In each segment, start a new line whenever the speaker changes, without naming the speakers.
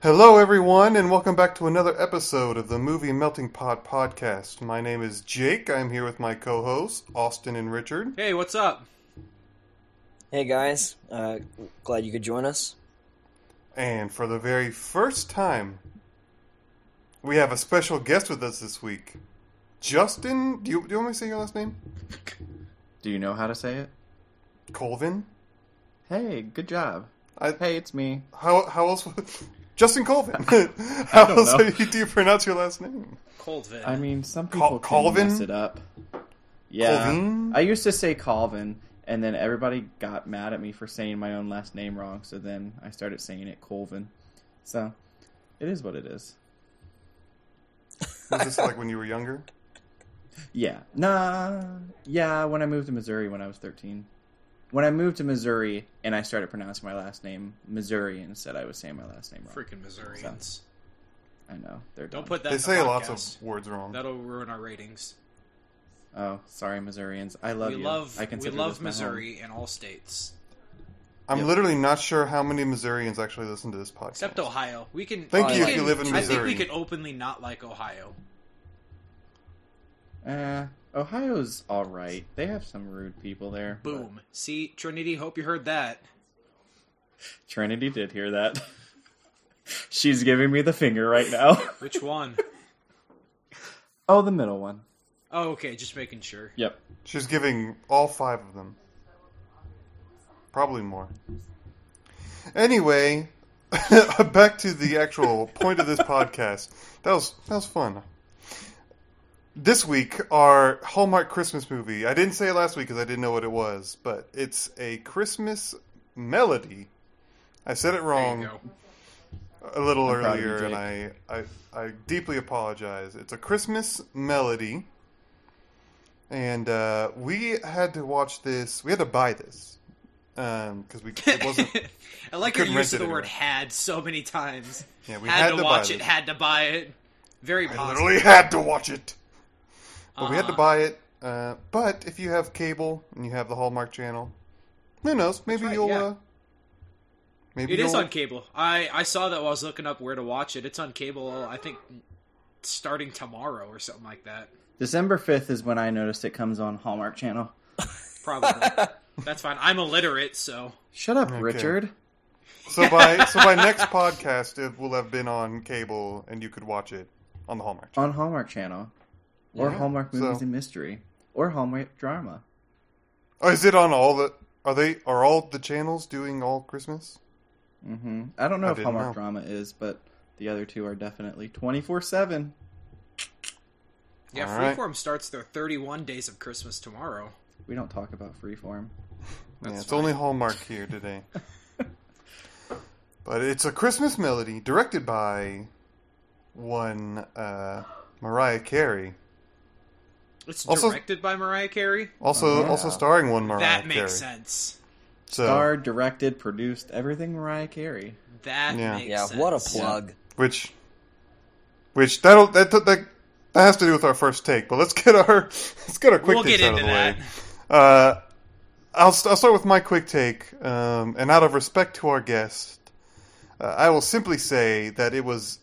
Hello, everyone, and welcome back to another episode of the Movie Melting Pot podcast. My name is Jake. I'm here with my co hosts, Austin and Richard.
Hey, what's up?
Hey guys, uh, glad you could join us.
And for the very first time, we have a special guest with us this week. Justin, do you, do you want me to say your last name?
Do you know how to say it?
Colvin?
Hey, good job.
I-
hey, it's me.
How, how else? Justin Colvin. how
don't
else
know.
do you, do you pronounce your last name?
Coldvin.
I mean, some
Col-
people
Colvin?
can mess it up. Yeah,
Colvin?
I used to say Colvin, and then everybody got mad at me for saying my own last name wrong. So then I started saying it Colvin. So it is what it is.
Was this like when you were younger?
Yeah. Nah. Yeah, when I moved to Missouri when I was 13. When I moved to Missouri and I started pronouncing my last name Missouri and said I was saying my last name wrong.
freaking Missourians.
I know. They're
Don't
dumb.
put that.
they
in
say
the
lots
podcast.
of words wrong.
That'll ruin our ratings.
Oh, sorry Missourians. I love
we
you.
love
I
we
consider
love
this my home.
Missouri in all states
I'm
Yep.
literally not sure how many Missourians actually listen to this podcast.
except Ohio. We can
Thank
we
you if
can-
you
live in
I think
Missouri.
we could openly not like Ohio.
Uh, Ohio's all right. They have some rude people there. but
Boom. See Trinity. Hope you heard that.
Trinity did hear that. She's giving me the finger right now.
Which one?
oh, the middle one.
oh, okay. Just making sure.
Yep.
She's giving all five of them. Probably more. Anyway, back to the actual point of this podcast. That was that was fun. This week, our Hallmark Christmas movie. I didn't say it last week because I didn't know what it was, but it's a Christmas melody. I said it
There
wrong
you go.
a little
I'm proud of you,
earlier, and I,
Jake.
I I deeply apologize. It's a Christmas melody, and uh, we had to watch this. We had to buy this because we it wasn't.
I like
you
your
couldn't
use of
rent
the
it anywhere.
word "had" so many times.
Yeah, we
had, to, watch
buy
it.
this.
Had to buy it. Very
I
positive.
literally had to watch it. But we had to
Uh-huh.
buy it. Uh, but if you have cable and you have the Hallmark Channel, who knows? Maybe
right,
you'll.
yeah.
Uh, maybe
It
you'll,
is on cable. I I saw that while I was looking up where to watch it. It's on cable. I think starting tomorrow or something like that.
December 5th is when I noticed it comes on Hallmark Channel.
Probably. That's fine. I'm illiterate, so
Shut up,
Okay.
Richard.
So by so by next podcast, it will have been on cable, and you could watch it on the Hallmark. Channel.
On Hallmark Channel. Or
Yeah,
Hallmark Movies
so-
and Mystery. Or Hallmark Drama.
Oh, is it on all the? Are they? Are all the channels doing all Christmas?
hmm I don't know
I
if
didn't
Hallmark
know.
Drama is, but the other two are definitely 24 7.
yeah.
All right.
Freeform starts their 31 days of Christmas tomorrow.
We don't talk about freeform.
Yeah,
That's
it's only Hallmark here today. but it's a Christmas melody directed by one uh, Mariah Carey.
It's
Also-
directed by Mariah Carey.
Also,
Oh, yeah.
also starring one Mariah
that
Carey.
makes sense.
So,
Starred, directed, produced, everything Mariah Carey.
That
Yeah.
makes
Yeah,
sense.
what a plug.
which, which that'll that that that that has to do with our first take. But let's get our let's get our quick
We'll
takes
get
out
into
of the
that.
way. Uh, I'll, st- I'll start with my quick take, um, and out of respect to our guest, uh, I will simply say that it was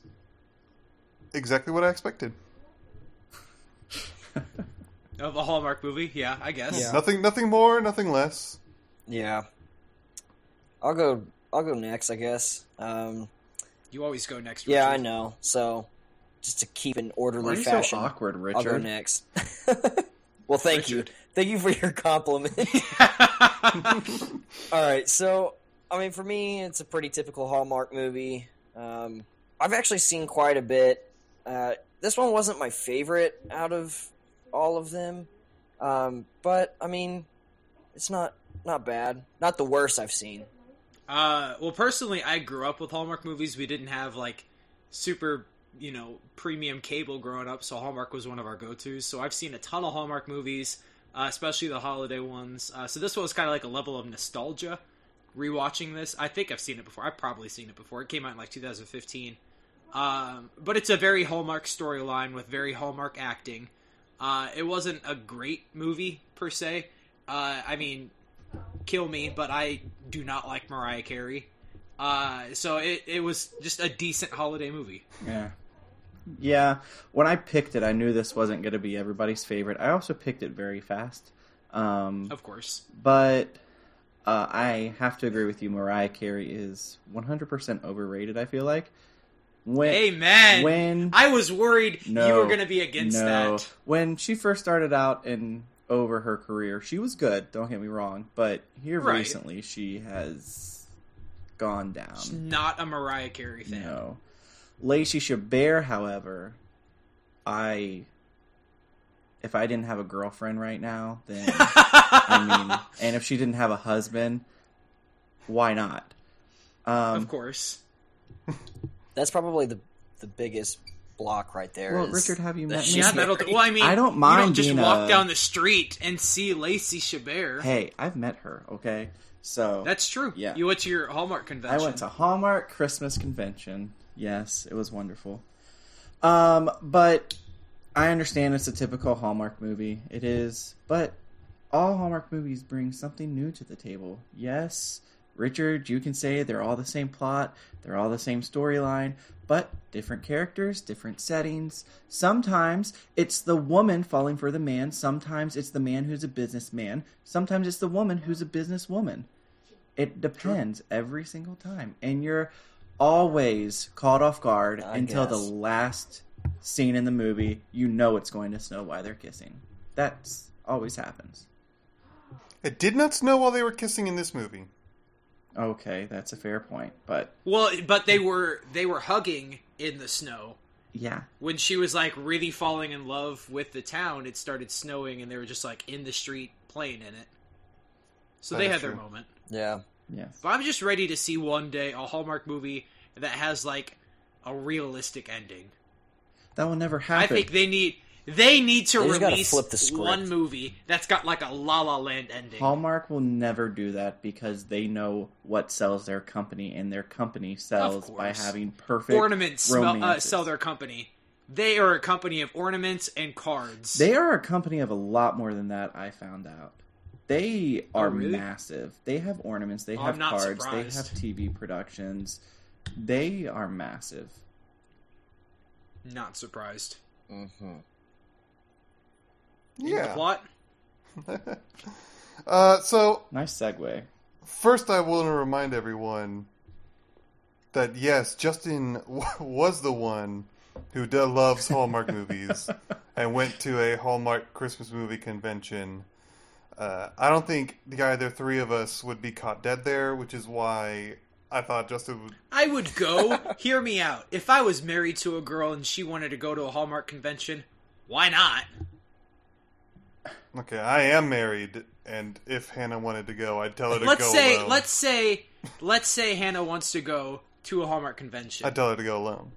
exactly what I expected.
Of a Hallmark movie, yeah, I guess.
Yeah.
Nothing, nothing more, nothing less.
Yeah, I'll go. I'll go next, I guess. Um,
You always go next.
yeah,
Richard.
I know. So, just to keep an orderly
Why are you so
fashion,
awkward,
I'll go
Richard?
next. well, thank
Richard.
you, thank you for your compliment. All right, so I mean, for me, it's a pretty typical Hallmark movie. Um, I've actually seen quite a bit. Uh, this one wasn't my favorite out of all of them, um, but I mean, it's not not bad. Not the worst I've seen.
Uh, well, personally, I grew up with Hallmark movies. We didn't have like super, you know, premium cable growing up, so Hallmark was one of our go-tos. So I've seen a ton of Hallmark movies, uh, especially the holiday ones. Uh, so this one was kind of like a level of nostalgia. Rewatching this, I think I've seen it before. I've probably seen it before. It came out in like 2015. Um, but it's a very Hallmark storyline with very Hallmark acting. Uh, it wasn't a great movie per se. Uh, I mean, kill me, but I do not like Mariah Carey. Uh, so it, it was just a decent holiday movie.
Yeah. Yeah. When I picked it, I knew this wasn't going to be everybody's favorite. I also picked it very fast. Um,
Of course.
but uh, I have to agree with you. Mariah Carey is 100% overrated, I feel like. When,
Amen.
When
I was worried you
No,
were going to be against that.
When she first started out and over her career, she was good, don't get me wrong, but here
Right.
recently she has gone
It's
down.
not a Mariah Carey fan.
Um, No. Lacey Chabert, however, I if I didn't have a girlfriend right now, then I mean and if she didn't have a husband, why not? Um
of course.
That's probably the the biggest block right there.
Well,
is
Richard, have you
that
met me?
she's
Yeah, that'll.
married.
well, I mean,
I don't
You
mind
don't just
being
walk
a-
down the street and see Lacey Chabert.
Hey, I've met her, okay? So
That's true.
Yeah.
You went to your Hallmark
I
convention.
went to Hallmark Christmas convention. Yes, it was wonderful. Um, but I understand it's a typical Hallmark movie. It is, but all Hallmark movies bring something new to the table. Yes, Richard, you can say they're all the same plot, they're all the same storyline, but different characters, different settings. Sometimes it's the woman falling for the man, sometimes it's the man who's a businessman, sometimes it's the woman who's a businesswoman. It depends every single time. And you're always caught off guard
I
until the
guess.
last scene in the movie. You know it's going to snow while they're kissing. That's always happens.
It did not snow while they were kissing in this movie.
Okay, that's a fair point. But
Well, but they were they were hugging in the snow
yeah,
when she was like really falling in love with the town. It started snowing and they were just like in the street playing in it. So
That
they
is
had their
true.
moment.
Yeah,
yes.
But I'm just ready to see one day a Hallmark movie that has like a realistic ending.
That will never
I
happen.
think they need they need to
They just gotta
release
flip the script.
one movie that's got like a La La Land ending.
Hallmark will never do that because they know what sells their company, and their company sells by
course.
having perfect
ornaments smell, uh,
romances.
sell their company. They are a company of ornaments and cards.
They are a company of a lot more than that. I found out. They are
Oh, really?
massive. They have ornaments. They
Oh,
have
I'm not
cards. They have
surprised.
TV productions. They are massive.
Not surprised.
mm-hmm.
The
Yeah.
plot.
Uh, so
Nice segue.
First, I want to remind everyone that yes, Justin w- was the one who do- loves Hallmark movies and went to a Hallmark Christmas movie convention. Uh, I don't think the either three of us would be caught dead there, which is why I thought Justin would.
I would go. hear me out. If I was married to a girl and she wanted to go to a Hallmark convention, why not?
Okay, I am married, and if Hannah wanted to go, I'd tell her to
Let's
go
say,
alone.
let's say, let's say Hannah wants to go to a Hallmark convention.
I'd tell her to go alone.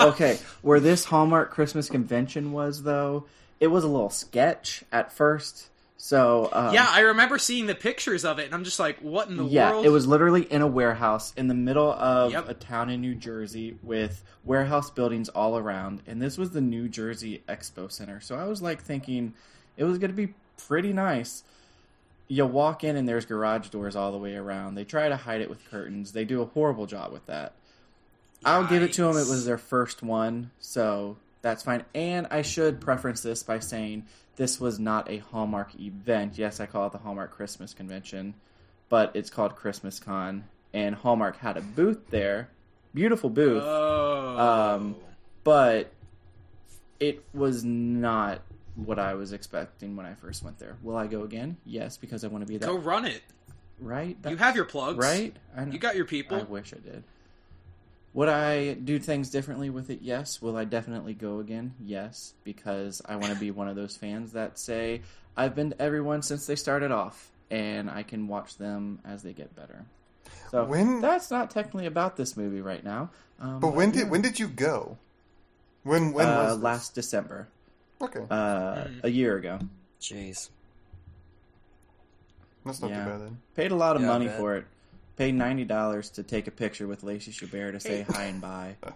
okay, where this Hallmark Christmas convention was though, it was a little sketch at first. So um,
yeah, I remember seeing the pictures of it, and I'm just like, what in the
yeah,
world?
it was literally in a warehouse in the middle of
Yep.
a town in New Jersey with warehouse buildings all around, and this was the New Jersey Expo Center. So I was like thinking it was going to be pretty nice. You walk in and there's garage doors all the way around. They try to hide it with curtains. They do a horrible job with that. I'll give it to them. It
Yikes.
was their first one, so that's fine. And I should preference this by saying this was not a Hallmark event. Yes, I call it the Hallmark Christmas Convention, but it's called Christmas Con, and Hallmark had a booth there, beautiful booth,
Oh.
Um, but it was not what I was expecting when I first went there. Will I go again? Yes, because I want to be that
go run it.
right.
You
That-
have your plugs,
right. I know.
You got your
I
people.
wish I did. Would I do things differently with it? Yes. Will I definitely go again? Yes, because I want to be one of those fans that say I've been to everyone since they started off, and I can watch them as they get better. So
When-
that's not technically about this movie right now. Um,
But when
yeah.
did when did you go? When when
uh,
was this?
last December,
Okay,
uh,
Mhm.
a year ago,
Jeez.
that's not
yeah.
too bad then.
paid a lot of
Yeah, I
money
bet.
for it. Paid ninety dollars to take a picture with Lacey Chabert to say
Hey.
hi and bye.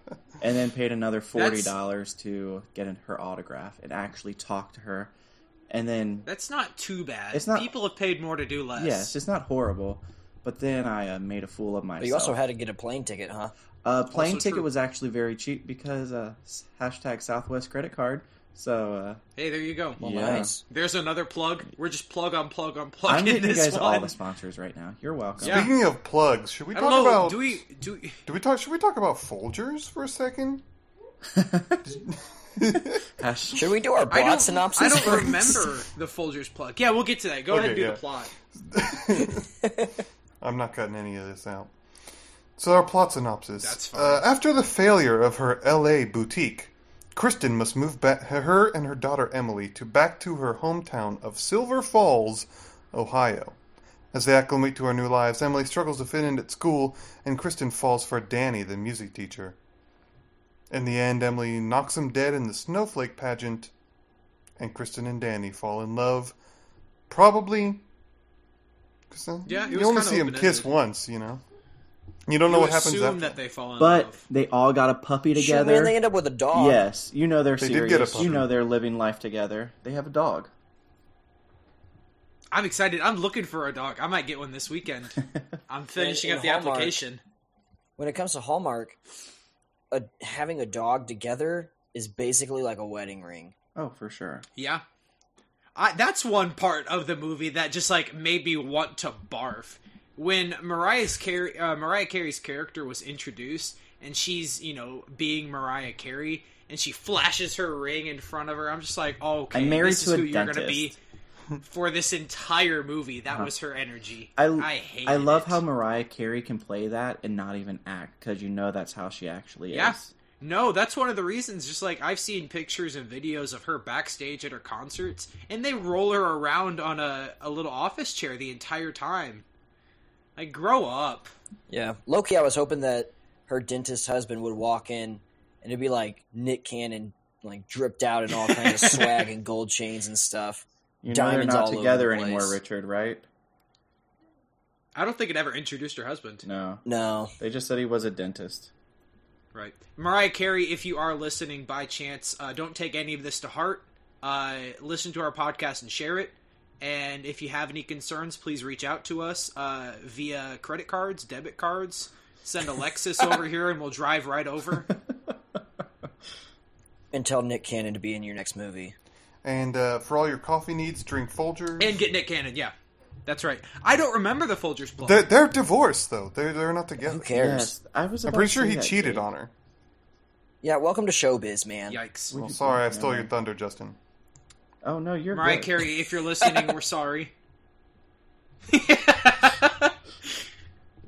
and then paid another forty
That's-
dollars to get in her autograph and actually talk to her. And then
That's not too bad.
It's not-
People have paid more to do less.
yeah, it's just not horrible. But then I uh, made a fool of myself.
But you also had to get a plane ticket, huh?
Uh, plane
Also
ticket
true.
was actually very cheap because uh, s- hashtag Southwest credit card. So uh,
Hey, there you go.
Well,
Yeah.
nice.
There's another plug. We're just plug on plug on plug
I'm
in
getting you
this
guys
one.
all the sponsors right now. You're welcome.
Yeah.
Speaking of plugs, should we
I
talk
don't know.
about
Do we do? we-
do we talk should we talk about Folgers for a second?
Hash-
Should we do our
I
plot
don't.
synopsis?
I don't
first?
remember the Folgers plug. Yeah, we'll get to that. Go ahead and
Okay, yeah.
do the plot.
I'm not cutting any of this out. So our plot synopsis.
That's fine.
Uh, after the failure of her L.A. boutique, Kristen must move back her and her daughter Emily to back to her hometown of Silver Falls, Ohio. As they acclimate to our new lives, Emily struggles to fit in at school, and Kristen falls for Danny, the music teacher. In the end, Emily knocks him dead in the snowflake pageant, and Kristen and Danny fall in love. Probably. Kristen,
Yeah, it
you
was
only
kinda
see him kiss
open-ended.
once, you know. You don't know
You
what happens
assume
after.
that they fall in
But
love.
they all got a puppy
Shoot,
together.
man, they end up with a dog.
Yes, you know they're
They did
serious.
get a puppy.
you know they're living life together. They have a dog.
I'm excited. I'm looking for a dog. I might get one this weekend. I'm finishing
in
up the
Hallmark.
application.
When it comes to Hallmark, a, having a dog together is basically like a wedding ring.
oh, for sure.
Yeah. I, that's one part of the movie that just like made me want to barf. When Mariah's Car- uh, Mariah Carey's character was introduced, and she's you know being Mariah Carey, and she flashes her ring in front of her, I'm just like, oh, okay,
I'm married
this
to
is
a
who you're gonna be
dentist. Uh-huh.
for this entire movie. That was her energy.
I
I hate.
I love how Mariah Carey can play that and not even act because you know that's how she actually
Yeah.
is.
No, that's one of the reasons. Just like I've seen pictures and videos of her backstage at her concerts, and they roll her around on a, a little office chair the entire time. Like, grow up.
Yeah. Loki, I was hoping that her dentist husband would walk in and it'd be like Nick Cannon, like dripped out in all kinds of swag and gold chains and stuff.
You know
Diamonds
they're
all
not
over
together
the place.
anymore, Richard. Right?
I don't think it ever introduced her husband.
No,
No.
they just said he was a dentist.
Right. Mariah Carey, if you are listening by chance, uh, don't take any of this to heart. Uh, listen to our podcast and share it. And if you have any concerns, please reach out to us uh, via credit cards, debit cards. Send Alexis over here, and we'll drive right over.
And tell Nick Cannon to be in your next movie.
And uh, for all your coffee needs, drink Folgers.
And get Nick Cannon, yeah. That's right. I don't remember the Folgers plug.
they're, they're divorced though. They're they're not together.
Who cares?
Yes, I was.
I'm
about
pretty
to
sure
say
he
that,
cheated
Jake.
on her.
Yeah, welcome to showbiz, man.
Yikes.
Well,
you-
sorry, I
no.
stole your thunder, Justin.
Oh no, you're
Mariah
good.
Carey, if you're listening, we're sorry.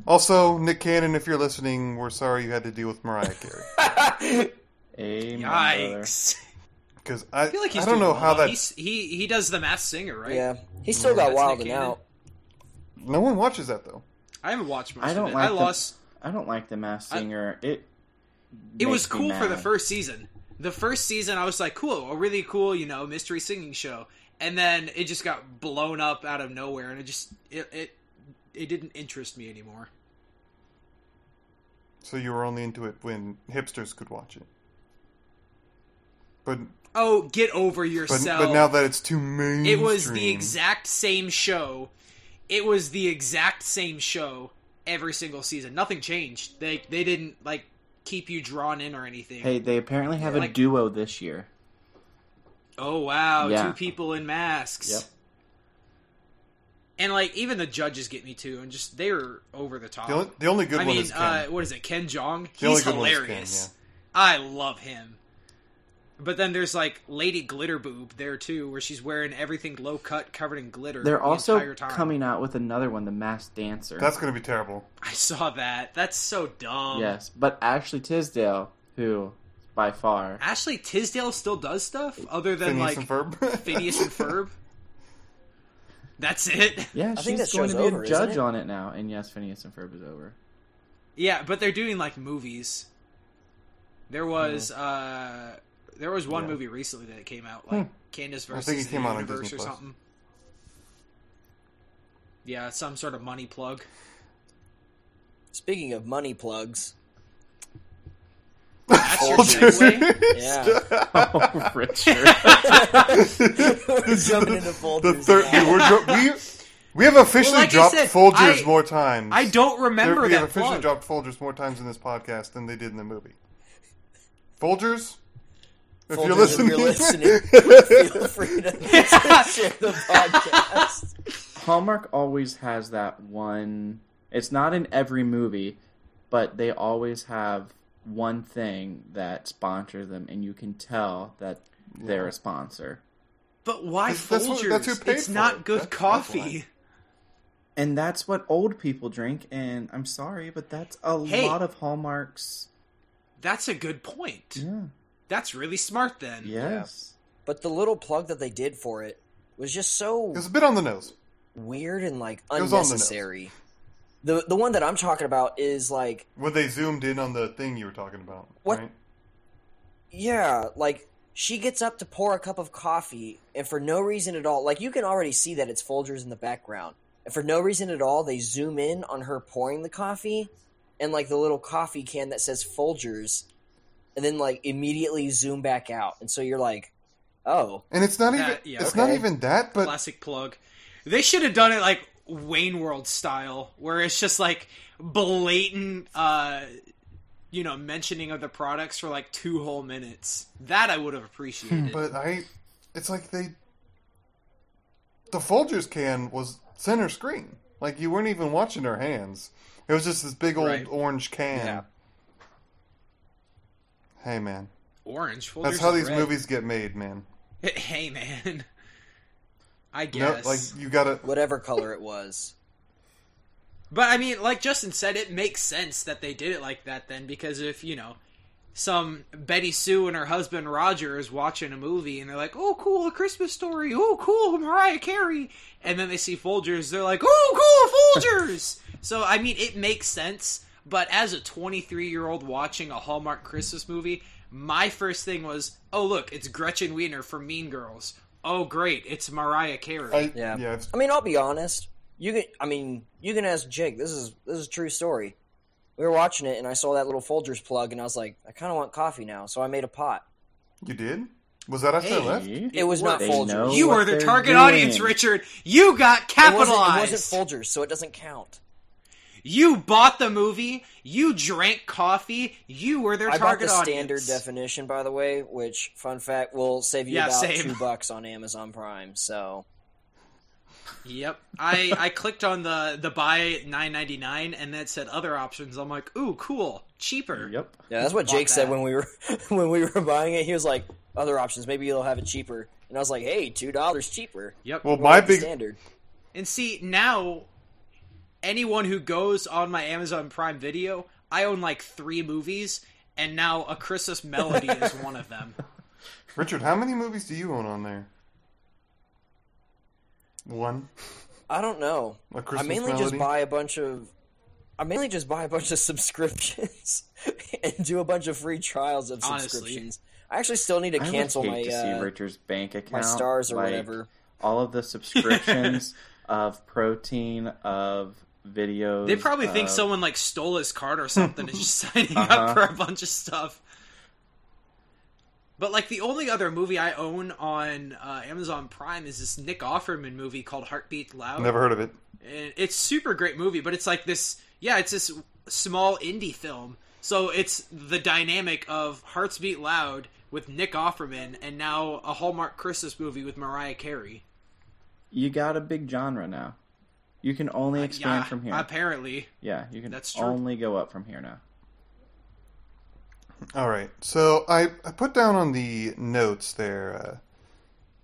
Also, Nick Cannon, if you're listening, we're sorry you had to deal with Mariah Carey.
Amen, brother.
Yikes.
Because I, I,
I feel like he's
don't
doing
know
well.
how that.
He's- he he does the mass singer, right?
Yeah. He still got
That's
wild
Nick
and
Cannon.
out.
No one watches that though.
I haven't watched much
I don't
of it.
like
I
the-
lost
I don't like the mass
I-
singer. it
it was
makes me
cool for the
mad.
first season. The first season I was like, cool, a really cool, you know, mystery singing show. And then it just got blown up out of nowhere and it just it it, it didn't interest me anymore.
So you were only into it when hipsters could watch it. But
Oh, get over
but,
yourself.
but now that it's too mainstream,
It was the exact same show. It was the exact same show every single season. Nothing changed. They they didn't like keep you drawn in or anything.
Hey, they apparently have a
Like-
duo this year.
Oh wow,
Yeah.
two people in masks.
Yep.
And like even the judges get me too, and just they were over the top.
The only, the only good
I
one
mean,
is Ken.
uh, what is it? Ken Jong.
The only
He's
good one is Ken,
hilarious. I love him. But then there's like Lady Glitterboob there too, where she's wearing everything low cut, covered in glitter.
They're
the
also
entire time.
coming out with another one, The Masked Dancer.
That's going to be terrible.
I saw that. That's so dumb.
yes, but Ashley Tisdale, who by far
Ashley Tisdale still does stuff other than
Phineas
like
and Ferb.
Phineas and Ferb. That's it.
Yeah,
think
she's
that
going
show's
to be
over,
a
isn't
judge
it?
on it now. And yes, Phineas and Ferb is over.
Yeah, but they're doing like movies. There was uh there was one
Yeah.
movie recently that came out like Candace
Hmm. I think
versus
it
the
came out on
Universe
Disney
or
Plus.
something. Yeah, some sort of money plug.
Speaking of money plugs,
That's your segue.
Folgers.
yeah,
Oh, Richard.
jumping into
the
Folgers.
third,
now.
dude, we're, dro- we We have officially
like I
dropped
said,
Folgers
I-
more times.
I don't
There-
remember
We have
that
officially
plug.
dropped Folgers more times in this podcast than they did in the movie. Folgers, if
Folgers,
you're listening,
Feel free to share the podcast.
Hallmark always has that one. It's not in every movie, but they always have one thing that sponsors them, and you can tell that they're a sponsor.
But why
That's- that's what-
Folgers?
that's who paid
it's
for
not
it.
good
That's- that's
coffee.
why.
And that's what old people drink, and I'm sorry, but that's a
Hey.
lot of Hallmark's.
That's a good point.
Yeah.
That's really smart then.
Yes.
But the little plug that they did for it was just so
it was a bit on the nose.
weird and like
was on the nose.
unnecessary. The, the one that I'm talking about is like
When they zoomed in on the thing you were talking about,
What?
right?
Yeah, like she gets up to pour a cup of coffee, and for no reason at all, like you can already see that it's Folgers in the background, and for no reason at all, they zoom in on her pouring the coffee, and like the little coffee can that says Folgers, and then like immediately zoom back out, and so you're like, oh,
And it's not
That-
even
yeah,
it's not
okay.
even that, but
Classic plug. They should have done it like Wayne World style, where it's just like blatant, uh, you know, mentioning of the products for like two whole minutes. That I would have appreciated.
but I, it's like they, the Folgers can was center screen. Like you weren't even watching her hands. It was just this big old
Right.
orange can.
Yeah.
Hey man,
Orange. Well,
that's
there's
how
a
these
red.
movies get made, man.
Hey man, I
No,
guess.
like you gotta.
whatever color it was.
But I mean, like Justin said, it makes sense that they did it like that then, because if you know, some Betty Sue and her husband Roger is watching a movie and they're like, "Oh, cool, a Christmas story. Oh, cool, Mariah Carey," and then they see Folgers, they're like, "Oh, cool, Folgers." so I mean, it makes sense. But as a 23 year old watching a Hallmark Christmas movie, my first thing was, "Oh, look, it's Gretchen Wiener from Mean Girls." Oh, great, it's Mariah Carey.
I, yeah.
Yeah.
yeah, it's-
I mean, I'll be honest. You can, I mean, you can ask Jake. This is this is a true story. We were watching it, and I saw that little Folgers plug, and I was like, I kind of want coffee now, so I made a pot.
you did. Was that after I
Hey.
left?
It, was not
They
Folgers.
know
You
what
were the
they're
target
doing.
audience, Richard. You got
It wasn't, it
capitalized.
wasn't Folgers, so it doesn't count.
you bought the movie. You drank coffee. You were their
I bought the
target audience.
standard definition, by the way, which fun fact will save you
Yeah,
about
same.
two bucks on Amazon Prime. So
Yep. I, I clicked on the the buy nine ninety nine, and then it said other options. I'm like, ooh, cool, cheaper.
Yep.
yeah, that's what
Bought
Jake said
that.
when we were when we were buying it. He was like, "Other options, maybe you'll have it cheaper." And I was like, "Hey, two dollars cheaper."
Yep.
Well,
We'll
my
have the
big
standard.
And see, now anyone who goes on my Amazon Prime Video, I own like three movies, and now A Christmas Melody is one of them.
Richard, how many movies do you own on there? One.
I don't know.
A
I
Christmas
mainly
Melody?
just buy a bunch of. I mainly just buy a bunch of subscriptions and do a bunch of free trials of
Honestly.
subscriptions. I actually still need to
I would
cancel
hate
my
to see
uh,
Richard's bank account,
my stars or
like,
whatever.
All of the subscriptions of protein of videos.
They probably think
uh,
of-
someone like stole his card or something and just signing
Uh-huh.
up for a bunch of stuff. But like the only other movie I own on uh, Amazon Prime is this Nick Offerman movie called Heartbeat Loud.
Never heard of it.
And it's super great movie, but it's like this yeah, it's this small indie film. So it's the dynamic of Hearts Beat Loud with Nick Offerman and now a Hallmark Christmas movie with Mariah Carey.
You got a big genre now. You can only expand
yeah,
from here.
apparently.
yeah, you can
That's true.
only go up from here now.
All right. So I, I put down on the notes there uh,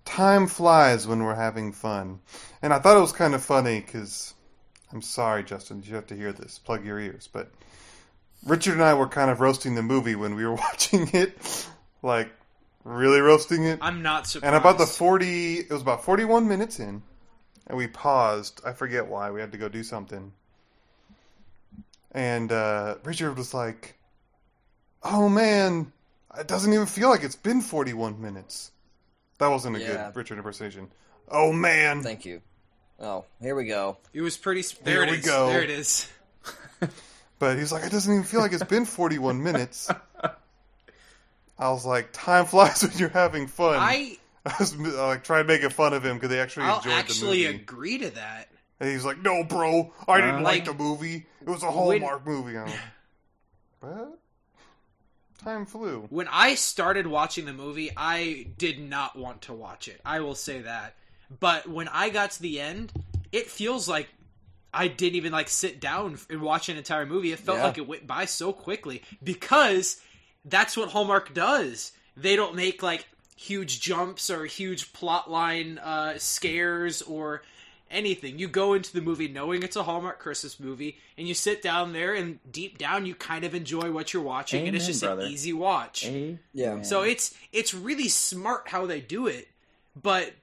time flies when we're having fun. And I thought it was kind of funny because I'm sorry, Justin, you have to hear this. Plug your ears. But Richard and I were kind of roasting the movie when we were watching it. Like, really roasting it.
I'm not surprised.
And about the 40, it was about 41 minutes in, and we paused. I forget why. We had to go do something. And uh, Richard was like, oh man, it doesn't even feel like it's been 41 minutes. That wasn't a
Yeah.
good Richard impersonation. Oh man.
Thank you. Oh, here we go.
It was pretty. sp- There
Here
it
we
is.
go.
There it is.
But he was like, it doesn't even feel like it's been 41 minutes. I was like, time flies when you're having fun.
I
I was uh, like trying to make fun of him because they actually
I'll
enjoyed the
actually
movie.
agree to that.
And he's like, "No, bro, I didn't like,
Uh-huh.
Uh,
like,
the movie. It was a
when-
Hallmark movie." I'm like, what? Time flew.
When I started watching the movie, I did not want to watch it. I will say that. But when I got to the end, it feels like I didn't even like sit down and watch an entire movie. It felt
Yeah.
like it went by so quickly because that's what Hallmark does. They don't make like huge jumps or huge plot line uh, scares or anything. You go into the movie knowing it's a Hallmark Christmas movie, and you sit down there, and deep down, you kind of enjoy what you're watching, and it's
Amen,
just
brother.
an easy watch.
Eh?
Yeah.
So it's it's really smart how they do it, but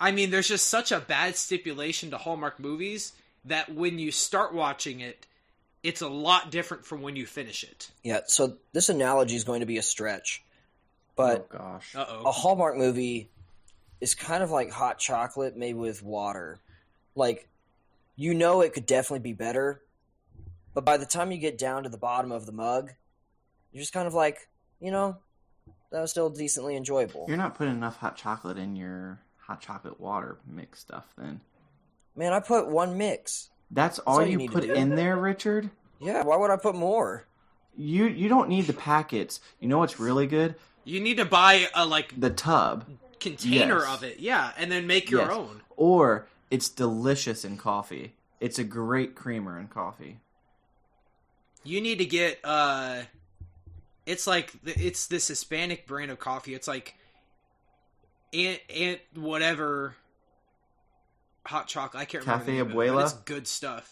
I mean, there's just such a bad stipulation to Hallmark movies that when you start watching it, it's a lot different from when you finish it.
Yeah, so this analogy is going to be a stretch,
oh
but
gosh,
Uh
a
oh.
Hallmark movie is kind of like hot chocolate made with water. Like, you know, it could definitely be better, but by the time you get down to the bottom of the mug, you're just kind of like, you know, that was still decently enjoyable.
you're not putting enough hot chocolate in your hot chocolate water mix stuff. Then
Man, I put one mix.
that's all
all you
you,
need to
put
do.
in there, Richard.
Yeah, why would I put more?
You you don't need the packets. You know what's really good?
You need to buy a like
The tub,
container
Yes.
of it, yeah, and then make your
Yes.
own.
or it's delicious in coffee. It's a great creamer in coffee.
You need to get uh it's like it's this Hispanic brand of coffee. It's like ant ant whatever hot chocolate. I can't
Cafe
remember. the name of it, but
Abuela?
It's good stuff.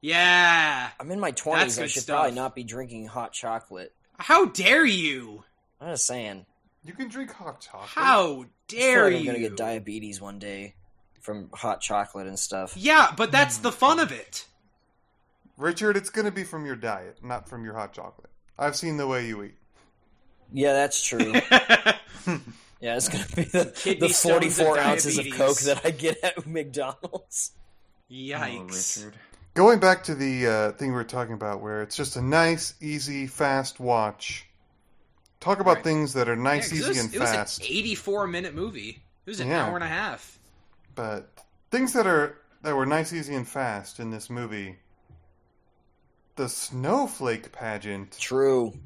Yeah.
I'm in my 20s. I
good
should
stuff.
probably not be drinking hot chocolate.
How dare you?
I'm just saying.
You can drink hot chocolate.
How
I feel
dare
like I'm
you?
going to get diabetes one day from hot chocolate and stuff.
yeah, but that's the fun of it.
Richard? It's gonna be from your diet, not from your hot chocolate. I've seen the way you eat.
Yeah, that's true. Yeah, it's gonna be the,
Kidney
the
stones and
44 ounces of
diabetes.
Coke that I get at McDonald's.
Yikes.
Oh, Richard.
Going back to the uh, thing we were talking about, where it's just a nice, easy, fast watch. Talk about
Right.
things that are
Yeah,
nice,
'cause it
easy,
was,
and
it was an
fast,
84 minute movie. It was an
Yeah.
hour and a half.
but things that are that were nice, easy, and fast in this movie. The snowflake pageant.
True.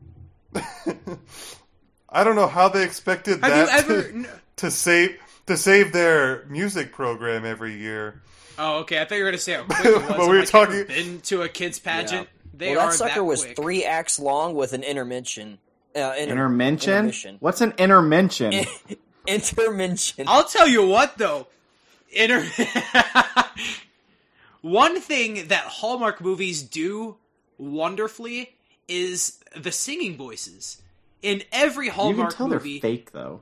I don't know how they expected
Have
that
you ever?
to,
n-
to save to save their music program every year.
Oh, okay. I thought you were gonna say how quick it was.
But we
I'm like,
were
you ever
talking-
Been to a kids pageant. They
well,
are
that sucker
that
was
quick.
three acts long with an intermission. Uh, inter-
Intermention?
Intermission.
What's an intermention?
intermission.
I'll tell you what, though. Inter- One thing that Hallmark movies do wonderfully is the singing voices. In every
you can
Hallmark
tell
movie,
they're fake though.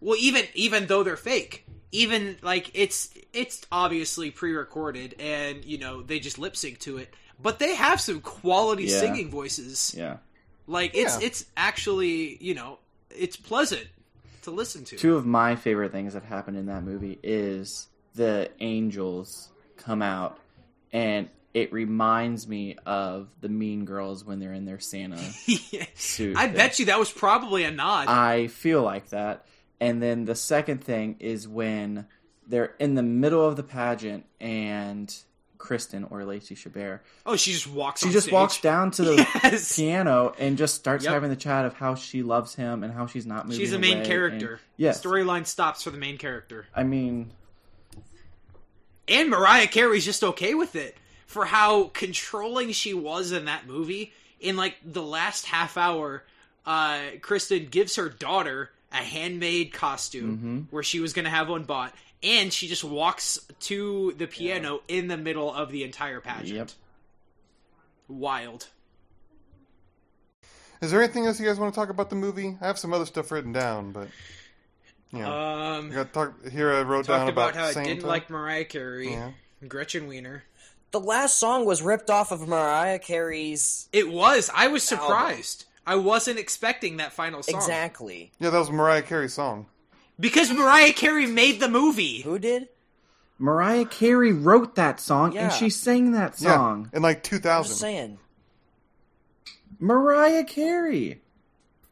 well, even even though they're fake, even like it's it's obviously pre-recorded, and you know they just lip sync to it. But they have some quality
Yeah.
singing voices.
Yeah.
Like it's
Yeah.
it's actually you know it's pleasant to listen to.
Two of my favorite things that happened in that movie is the angels come out and it reminds me of the mean girls when they're in their Santa suit.
I
thing.
bet you that was probably a nod.
I feel like that. And then the second thing is when they're in the middle of the pageant and Kristen or Lacey Chabert,
oh, she just walks.
she
on
just
stage.
walks down to the
Yes.
piano and just starts
Yep.
having the chat of how she loves him and how she's not moving.
She's the main
away
character.
And, yes,
Storyline stops for the main character,
I mean,
and Mariah Carey's just okay with it for how controlling she was in that movie. In like the last half hour, uh, Kristen gives her daughter a handmade costume where she was going to have one bought, and she just walks to the piano in the middle of the entire pageant.
Yep.
Wild.
Is there anything else you guys want to talk about the movie? I have some other stuff written down, but you know,
Um,
I got talk here. I wrote down
talked about,
about,
how
Santa.
I didn't like Mariah Carey,
Yeah.
Gretchen Wiener.
the last song was ripped off of Mariah Carey's.
It was. I was surprised. I wasn't expecting that final song
Exactly.
Yeah, that was Mariah Carey's song.
because Mariah Carey made the movie.
Who did?
Mariah Carey wrote that song
Yeah.
and she sang that song.
Yeah, in like
I'm just
2000.
saying.
Mariah Carey.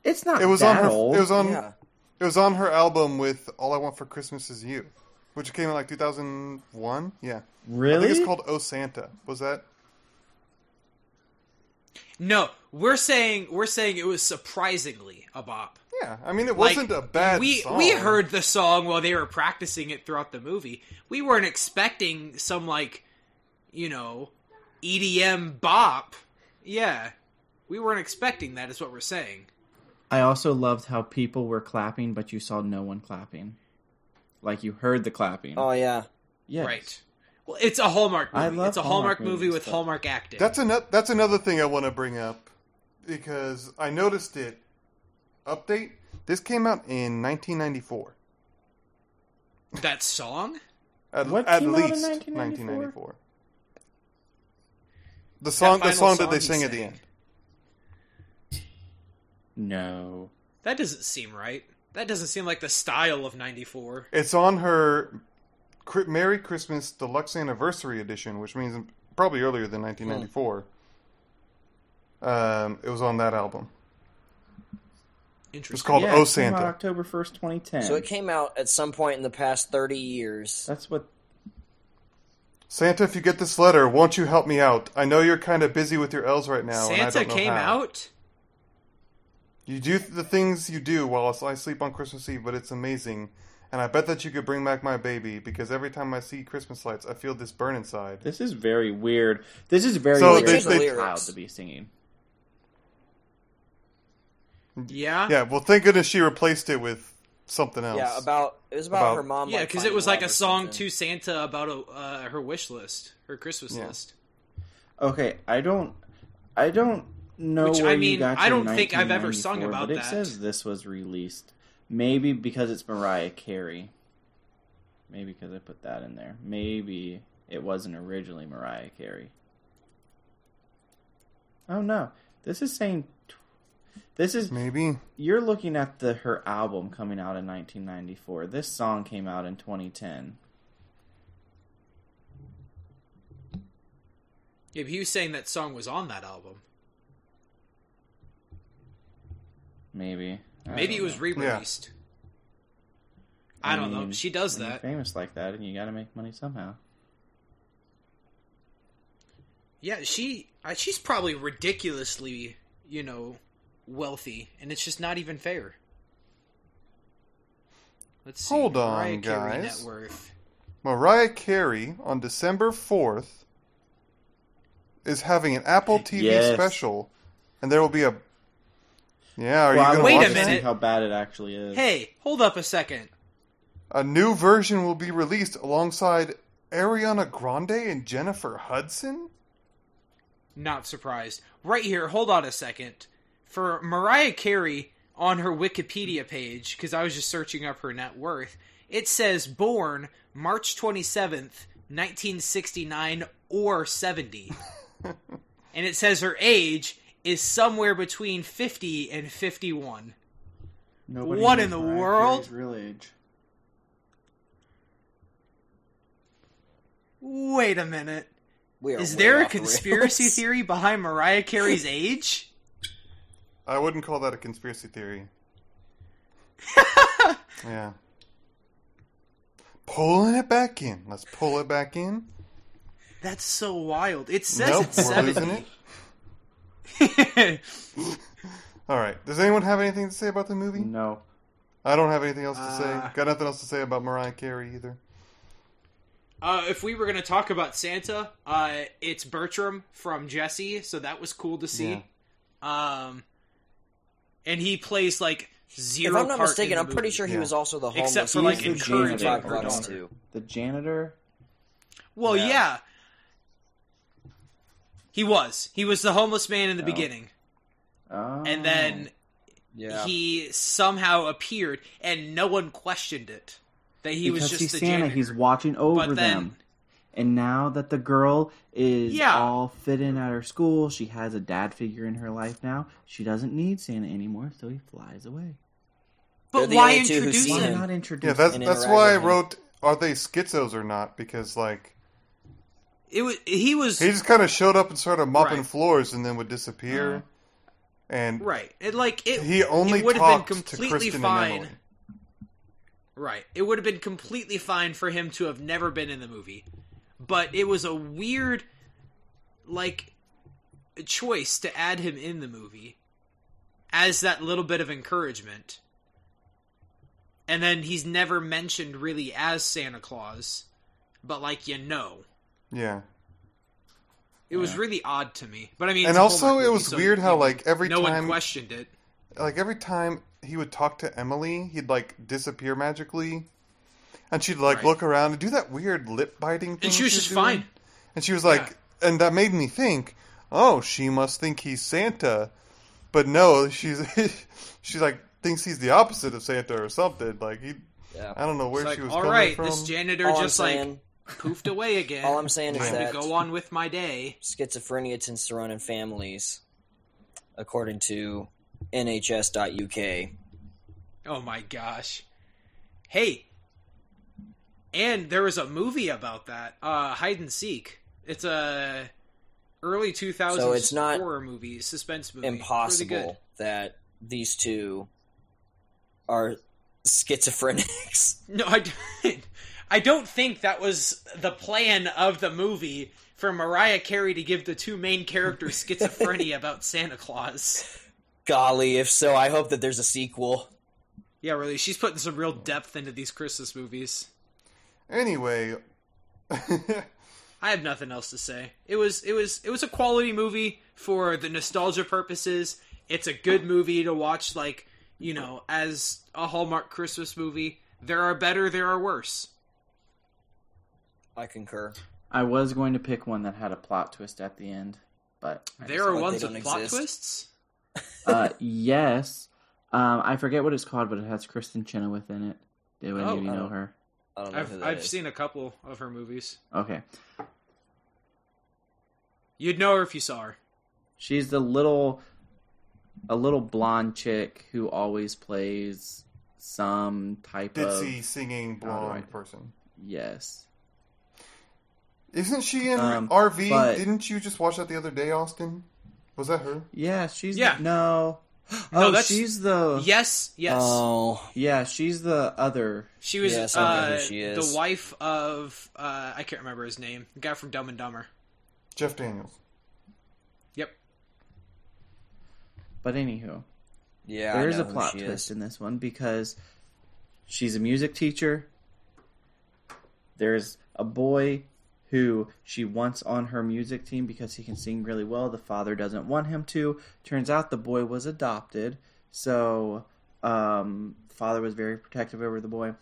It's not
It was on
that
her.
old.
It was on.
yeah.
It was on her album with "All I Want for Christmas Is You." which came in like 2001. Yeah, I
Really?
think it's called Oh Santa. Was that?
No, we're saying we're saying it was surprisingly a bop.
Yeah, I mean it
Like,
wasn't a bad
we
song.
we heard the song while they were practicing it throughout the movie. We weren't expecting some like, you know, EDM bop. Yeah, we weren't expecting that. Is what we're saying.
I also loved how people were clapping, but you saw no one clapping. Like you heard the clapping.
Oh yeah.
Yes.
Right. Well, it's a Hallmark movie.
I love
it's a
Hallmark
Hallmark, movie
movies,
with
but-
Hallmark acting.
That's another. That's another thing I want to bring up because I noticed it. Update. This came out in 1994.
that song?
At,
What
at
came out in
least
1994?
1994. The song. The
final
song that
song
they
he
sing at the
sang.
end.
No.
That doesn't seem right. That doesn't seem like the style of '94.
It's on her Cri- Merry Christmas Deluxe Anniversary Edition, which means probably earlier than 1994.
Hmm.
Um, it was on that album. It was
Interesting.
called
Yeah,
Oh
it came out
Santa.
October first, twenty ten.
So it came out at some point in the past thirty years.
That's what.
Santa, if you get this letter, won't you help me out? I know you're kind of busy with your L's right now. and I
Santa
don't know
came
how.
out.
You do the things you do while I sleep on Christmas Eve, but it's amazing. And I bet that you could bring back my baby because every time I see Christmas lights, I feel this burn inside.
This is very weird. This is very
So
weird
they-
for a
they-
child to be singing.
Yeah.
Yeah, well, thank goodness she replaced it with something else.
Yeah, about it was about,
About-
her mom.
Yeah,
like,
because it
finding
was like
love
a
or
song
something.
to Santa about a, uh, her wish list, her Christmas
Yeah.
list.
Okay, I don't. I don't know.
Which, I
where
mean,
you got
I
your
don't think I've ever sung
1994,
about
but
that.
It says this was released. Maybe because it's Mariah Carey. Maybe because I put that in there. Maybe it wasn't originally Mariah Carey. Oh no, this is saying. Tw- this is
Maybe.
you're looking at the her album coming out in 1994. This song came out in 2010.
Yeah, but he was saying that song was on that album.
Maybe. I
Maybe
don't
it was
know.
re-released. I, don't
mean,
Mm.
know. She does
when you're
that.
famous like that, and you got to make money somehow.
Yeah, she I, she's probably ridiculously, you know, wealthy, and it's just not even fair. Let's see.
Hold on,
Mariah Carey
guys.
net worth.
Mariah Carey on December 4th is having an Apple TV
Yes.
special, and there will be a. Yeah, are
Well, I
you
would
going
wait
to
a
like
watch
to see
minute.
How bad it actually is.
Hey, hold up a second.
A new version will be released alongside Ariana Grande and Jennifer Hudson?
Not surprised. Right here, hold on a second. For Mariah Carey on her Wikipedia page, because I was just searching up her net worth, it says born March 27th, 1969 or 70. and it says her age is somewhere between 50 and 51.
Nobody
What
knows
in the
Mariah
world?
Carey's Real age.
Wait a minute.
We are
Is
way
there a
off the
conspiracy
rails.
theory behind Mariah Carey's age?
I wouldn't call that a conspiracy theory. yeah. Pulling it back in. Let's pull it back in.
That's so wild. It says
Nope,
it's
we're losing
70.
it. All right. Does anyone have anything to say about the movie?
No.
I don't have anything else to say.
Uh,
Got nothing else to say about Mariah Carey either.
Uh, if we were going to talk about Santa, uh, it's Bertram from Jesse, so that was cool to see. Um, and he plays like zero.
If I'm not
part in
mistaken,
the
I'm pretty
movie.
sure he
Yeah.
was also the homeless.
Except for,
guy
like,
that
encouraging
Bob
her
Ross
daughter.
to.
The janitor.
Well,
Yeah.
yeah. he was. He was the homeless man in the
Oh.
beginning,
Oh.
and then
Yeah.
he somehow appeared, and no one questioned it that he
because
was just
he's
the
Santa,
janitor.
he's watching over
but then,
them. And now that the girl is
Yeah.
all fit in at her school, she has a dad figure in her life now. She doesn't need Santa anymore, so he flies away.
They're
but
the
why
only two who've
introduce
seen
Why
Yeah.
him?
not introduce
Yeah, that's
him?
and
that's
interact
why I
with him.
wrote are they schizos or not because like
It was he was
he just kind of showed up and started mopping
Right. Uh-huh.
floors and then would disappear. and
right. It like it
he only
it would have been
talked to
completely
Kristen
fine.
and Emily.
Right. It would have been completely fine for him to have never been in the movie. But it was a weird like choice to add him in the movie as that little bit of encouragement. And then he's never mentioned really as Santa Claus, but like you know.
Yeah.
It was really odd to me. But I mean,
And
it's a
also
Hallmark
it
movie,
was
so,
weird
you
how
know,
like every
no one
time
questioned it.
like every time he would talk to Emily, he'd like disappear magically. And she'd like
Right.
look around and do that weird lip biting thing.
And she was
she's
just
doing.
fine.
And she was like, and that made me think, oh, she must think he's Santa, but no, she's she like thinks he's the opposite of Santa or something. Like he,
Yeah.
I don't know where
It's like,
she was
all
coming
right,
from.
this janitor
All I'm
just like
saying-
poofed away again.
all I'm saying is
Time
that
to go on with my day.
schizophrenia tends to run in families, according to NHS.UK.
Oh my gosh. Hey. And there was a movie about that. Uh Hide and Seek. It's a early 2000s
So it's not
horror movie, suspense movie. Really
Impossible
good.
that these two are schizophrenics.
No, I don't- I don't think that was the plan of the movie for Mariah Carey to give the two main characters schizophrenia about Santa Claus.
Golly, if so, I hope that there's a sequel.
Yeah, really. She's putting some real depth into these Christmas movies.
Anyway,
I have nothing else to say. It was it was it was a quality movie for the nostalgia purposes. It's a good movie to watch like, you know, as a Hallmark Christmas movie. There are better, there are worse.
I concur.
I was going to pick one that had a plot twist at the end, but I
There are
like
ones
they
with
don't
plot
exist.
twists.
uh, yes. Um, I forget what it's called, but it has Kristen Chenoweth in it. Do any
Oh.
of you know
Oh.
her?
I don't know who
I've
that
I've
is.
seen a couple of her movies.
Okay,
You'd know her if you saw her.
she's the little, a little blonde chick who always plays some type
ditzy
of
singing
How do I
blonde
do-
person.
yes.
Isn't she in
Um,
RV?
but-
Didn't you just watch that the other day, Austin? Was that her?
Yeah, she's
Yeah.
no. Oh,
that's-
she's
Uh,
the yeah.
Yes, yes.
Oh,
she's the other.
she was
yes, I know
uh,
who she is.
the wife of uh, I can't remember his name. The guy from Dumb and Dumber.
Jeff Daniels.
Yep.
But anywho,
yeah. I
there is
know
a
who
plot
she
twist
is.
in this one because she's a music teacher. There's a boy who she wants on her music team because he can sing really well. The father doesn't want him to. Turns out the boy was adopted, so um, father was very protective over the boy.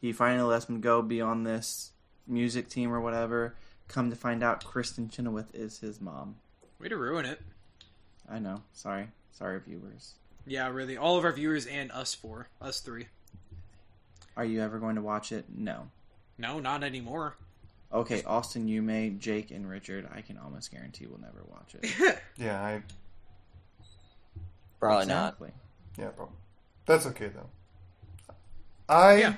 He finally lets him go be on this music team or whatever. Come to find out, Kristen Chenoweth is his mom.
Way to ruin it.
I know. Sorry, sorry, viewers.
Yeah, really. All of our viewers and us four. Us three.
Are you ever going to watch it? No.
No, not anymore.
Okay, Austin, you may, Jake, and Richard. I can almost guarantee we'll never watch it.
Yeah, I.
Probably not.
Exactly.
Yeah, bro. That's okay though. I
Yeah.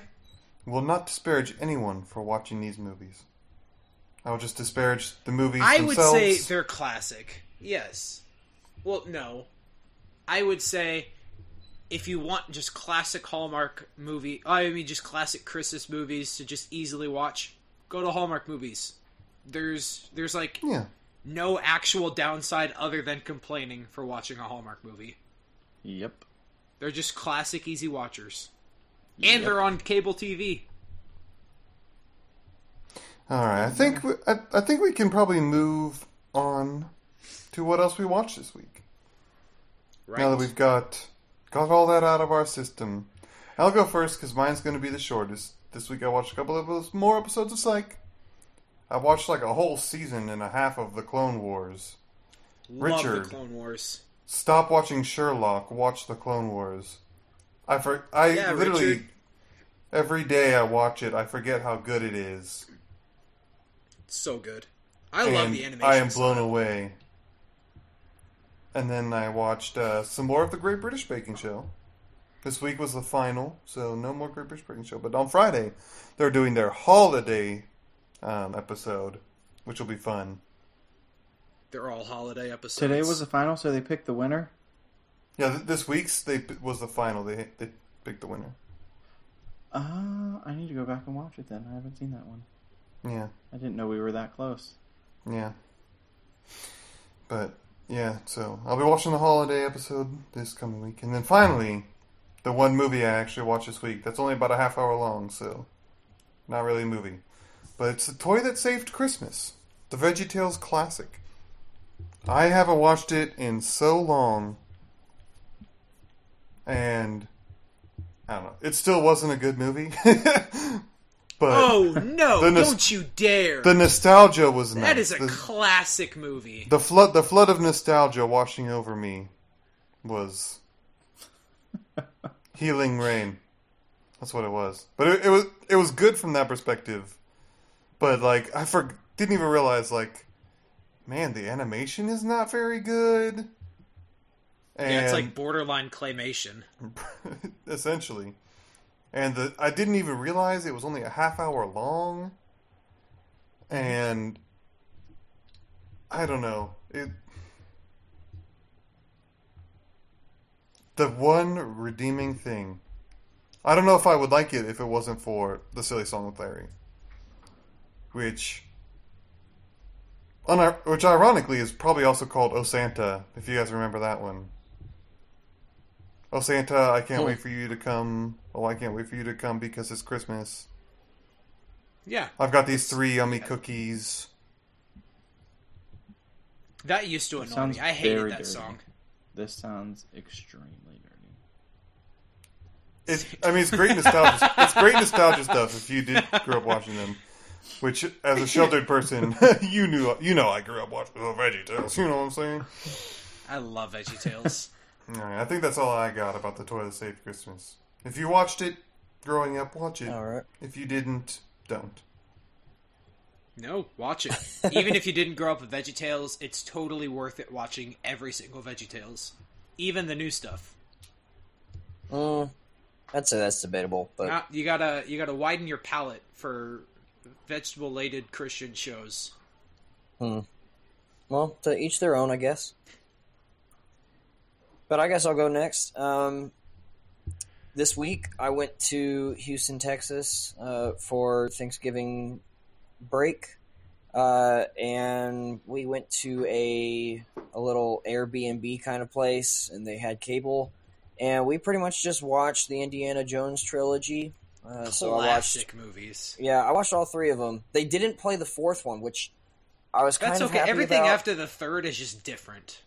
will not disparage anyone for watching these movies. I'll just disparage the movies
I would
themselves.
say they're classic. Yes. Well, no. I would say if you want just classic Hallmark movie, I mean just classic Christmas movies to just easily watch, go to Hallmark movies. There's there's like
yeah,
no actual downside other than complaining for watching a Hallmark movie.
Yep.
They're just classic easy watchers.
Yep.
And they're on cable TV.
all right. I think we, I, I think we can probably move on to what else we watched this week.
Right.
Now that we've got got all that out of our system, I'll go first because mine's going to be the shortest. This week I watched a couple of those- more episodes of Psych. I watched like a whole season and a half of the Clone Wars.
Love
Richard.
the Clone Wars.
stop watching Sherlock, watch the Clone Wars. I for I
Yeah,
literally
Richard.
every day I watch it, I forget how good it is.
So good. I
and
love the animation.
I am blown
style.
away. And then I watched uh, some more of the Great British Baking Show. This week was the final, so no more Great British Baking Show. But on Friday, they're doing their holiday um, episode, which will be fun.
They're all holiday episodes.
Today was the final, so they picked the winner.
Yeah, th- this week's they was the final. They they picked the winner.
Uh, I need to go back and watch it then. I haven't seen that one.
Yeah,
I didn't know we were that close.
yeah. But yeah, so I'll be watching the holiday episode this coming week, and then finally, the one movie I actually watched this week. That's only about a half hour long, so not really a movie, but it's the toy that saved Christmas, the VeggieTales classic. I haven't watched it in so long, and I don't know. It still wasn't a good movie, but
Oh no!
The nos-
don't you dare!
the nostalgia was
that is a
the,
classic movie.
the flood the flood of nostalgia washing over me was healing rain that's what it was but it, it was it was good from that perspective but like i for, didn't even realize like man the animation is not very good and
yeah, it's like borderline claymation.
essentially. And the, I didn't even realize it was only a half hour long. And I don't know. It the one redeeming thing. I don't know if I would like it if it wasn't for the silly song with Larry, which un- which ironically is probably also called "Oh Santa," if you guys remember that one. Oh Santa, I can't
Hmm.
wait for you to come. Oh, I can't wait for you to come because it's Christmas.
Yeah,
I've got these three yummy cookies.
that used to annoy
Sounds
me. I hated
very
that
dirty.
song.
This sounds extremely dirty.
It, I mean, it's great nostalgia. it's great nostalgia stuff if you did grow up watching them. Which, as a sheltered person, you knew you know I grew up watching the VeggieTales. You know what I'm saying?
I love VeggieTales.
All right, I think that's all I got about the toy that saved Christmas. If you watched it growing up, watch it.
All right.
If you didn't, don't.
no, watch it. Even if you didn't grow up with VeggieTales, it's totally worth it watching every single VeggieTales, even the new stuff.
Mm, I'd say that's debatable, but
Uh, you gotta you gotta widen your palate for vegetable related Christian shows.
well, to each their own, I guess. But I guess I'll go next. Um, this week, I went to Houston, Texas, uh, for Thanksgiving break, uh, and we went to a a little Airbnb kind of place, and they had cable, and we pretty much just watched the Indiana Jones trilogy. Uh, so I watched
Classic movies.
Yeah, I watched all three of them. They didn't play the fourth one, which I was kind
That's
of
okay.
happy
Everything
about.
after the third is just different.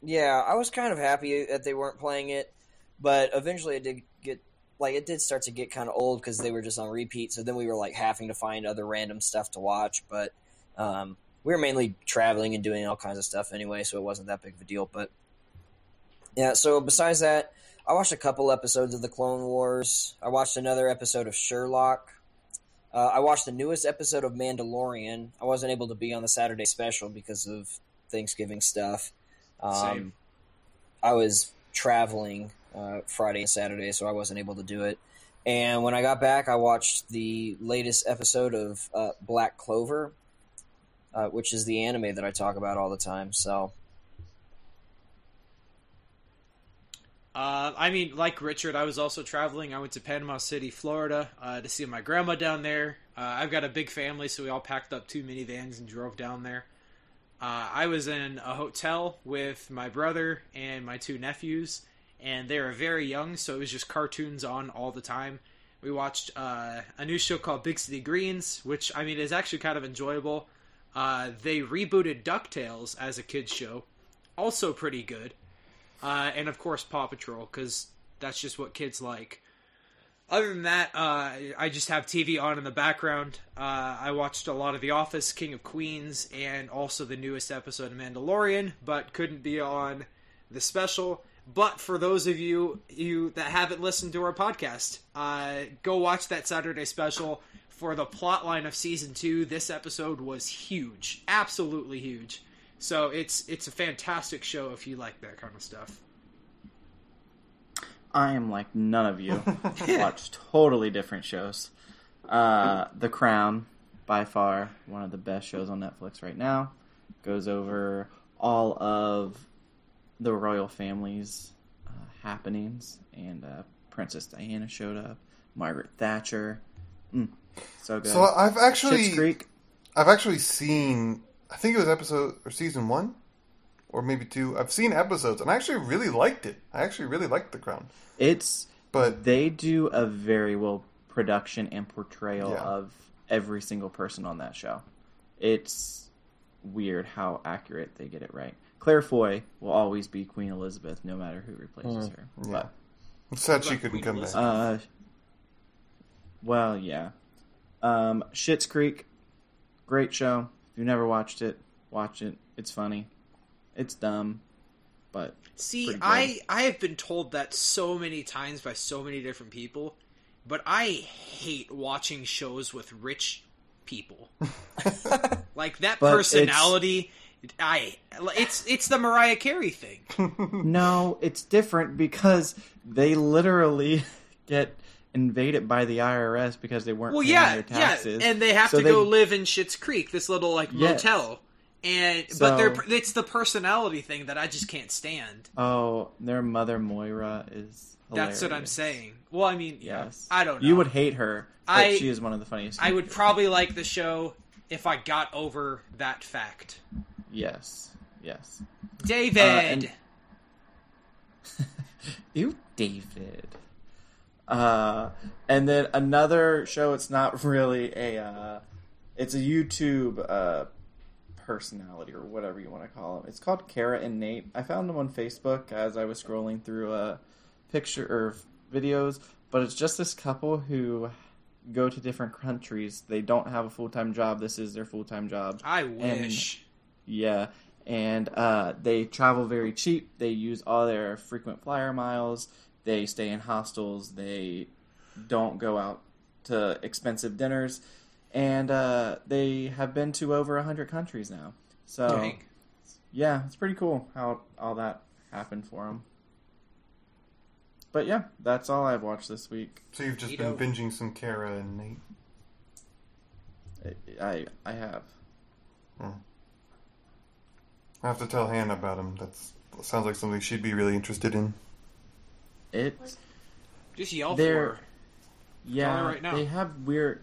Yeah, I was kind of happy that they weren't playing it, but eventually it did get like it did start to get kind of old because they were just on repeat. So then we were like having to find other random stuff to watch, but um, we were mainly traveling and doing all kinds of stuff anyway, so it wasn't that big of a deal. But yeah, so besides that, I watched a couple episodes of the Clone Wars. I watched another episode of Sherlock. Uh, I watched the newest episode of Mandalorian. I wasn't able to be on the Saturday special because of Thanksgiving stuff. Um,
Same.
I was traveling uh, Friday and Saturday, so I wasn't able to do it. And when I got back, I watched the latest episode of uh, Black Clover, uh, which is the anime that I talk about all the time. So
Uh, I mean, like Richard, I was also traveling. I went to Panama City, Florida, uh, to see my grandma down there. Uh, I've got a big family, so we all packed up two minivans and drove down there. Uh, I was in a hotel with my brother and my two nephews, and they were very young, so it was just cartoons on all the time. We watched uh, a new show called Big City Greens, which I mean is actually kind of enjoyable. Uh, they rebooted DuckTales as a kids show, also pretty good uh, and of course Paw Patrol because that's just what kids like. Other than that, uh, I just have TV on in the background. Uh, I watched a lot of The Office, King of Queens, and also the newest episode of Mandalorian, but couldn't be on the special. But for those of you you that haven't listened to our podcast, uh, go watch that Saturday special for the plot line of season two. This episode was huge, absolutely huge. So it's it's a fantastic show if you like that kind of stuff.
I am like none of you. I watch totally different shows. Uh, the Crown, by far one of the best shows on Netflix right now, goes over all of the royal family's uh, happenings and uh, Princess Diana showed up, Margaret Thatcher. Mm, so good.
So I've
Schitt's
actually,
Creek.
I've actually seen. I think it was episode or season one, or maybe two. I've seen episodes, and I actually really liked it. I actually really liked The Crown,
It's
but
they do a very well production and portrayal
Yeah.
of every single person on that show. It's weird how accurate they get it right. Claire Foy will always be Queen Elizabeth, no matter who replaces
Mm,
her.
yeah.
But
it's sad she
Like
couldn't
Queen
come
Elizabeth.
back.
Uh, well, yeah. Um, Shit's Creek, great show. If you've never watched it, watch it. It's funny. It's dumb, but
See,
Pretty good.
I I have been told that so many times by so many different people, but I hate watching shows with rich people. like that
But it's-
personality, I it's it's the Mariah Carey thing.
no, it's different because they literally get invaded by the IRS because they weren't
Well,
paying
yeah,
their
yeah,
taxes.
and they have
So
to go live in Schitt's Creek, this little like
Yes.
motel. And but they're
So-
it's the personality thing that I just can't stand.
Oh, their mother Moira is.
That's what I'm
hilarious.
saying. Well, I mean,
Yes,
I don't know.
You would hate her, but
I-
she is one of the funniest.
I would
characters.
probably like the show if I got over that fact.
Yes, yes.
David.
Uh, and- you David. Uh, and then another show. It's not really a. Uh, it's a YouTube uh, personality or whatever you want to call them. It's called Kara and Nate. I found them on Facebook as I was scrolling through a picture or videos, but it's just this couple who go to different countries. They don't have a full time job. This is their full time job.
I wish.
Yeah, and uh, they travel very cheap. They use all their frequent flyer miles. They stay in hostels. They don't go out to expensive dinners, and uh, they have been to over hundred countries now. So
Dang.
yeah, it's pretty cool how all that happened for them. But yeah, that's all I've watched this week.
So you've just
You
been
know-
binging some Kara and Nate.
I- I I have.
I have to tell Hannah about him. That's sounds like something she'd be really interested in.
It
Just yell
They're-
for her.
Yeah,
right now.
they have weird.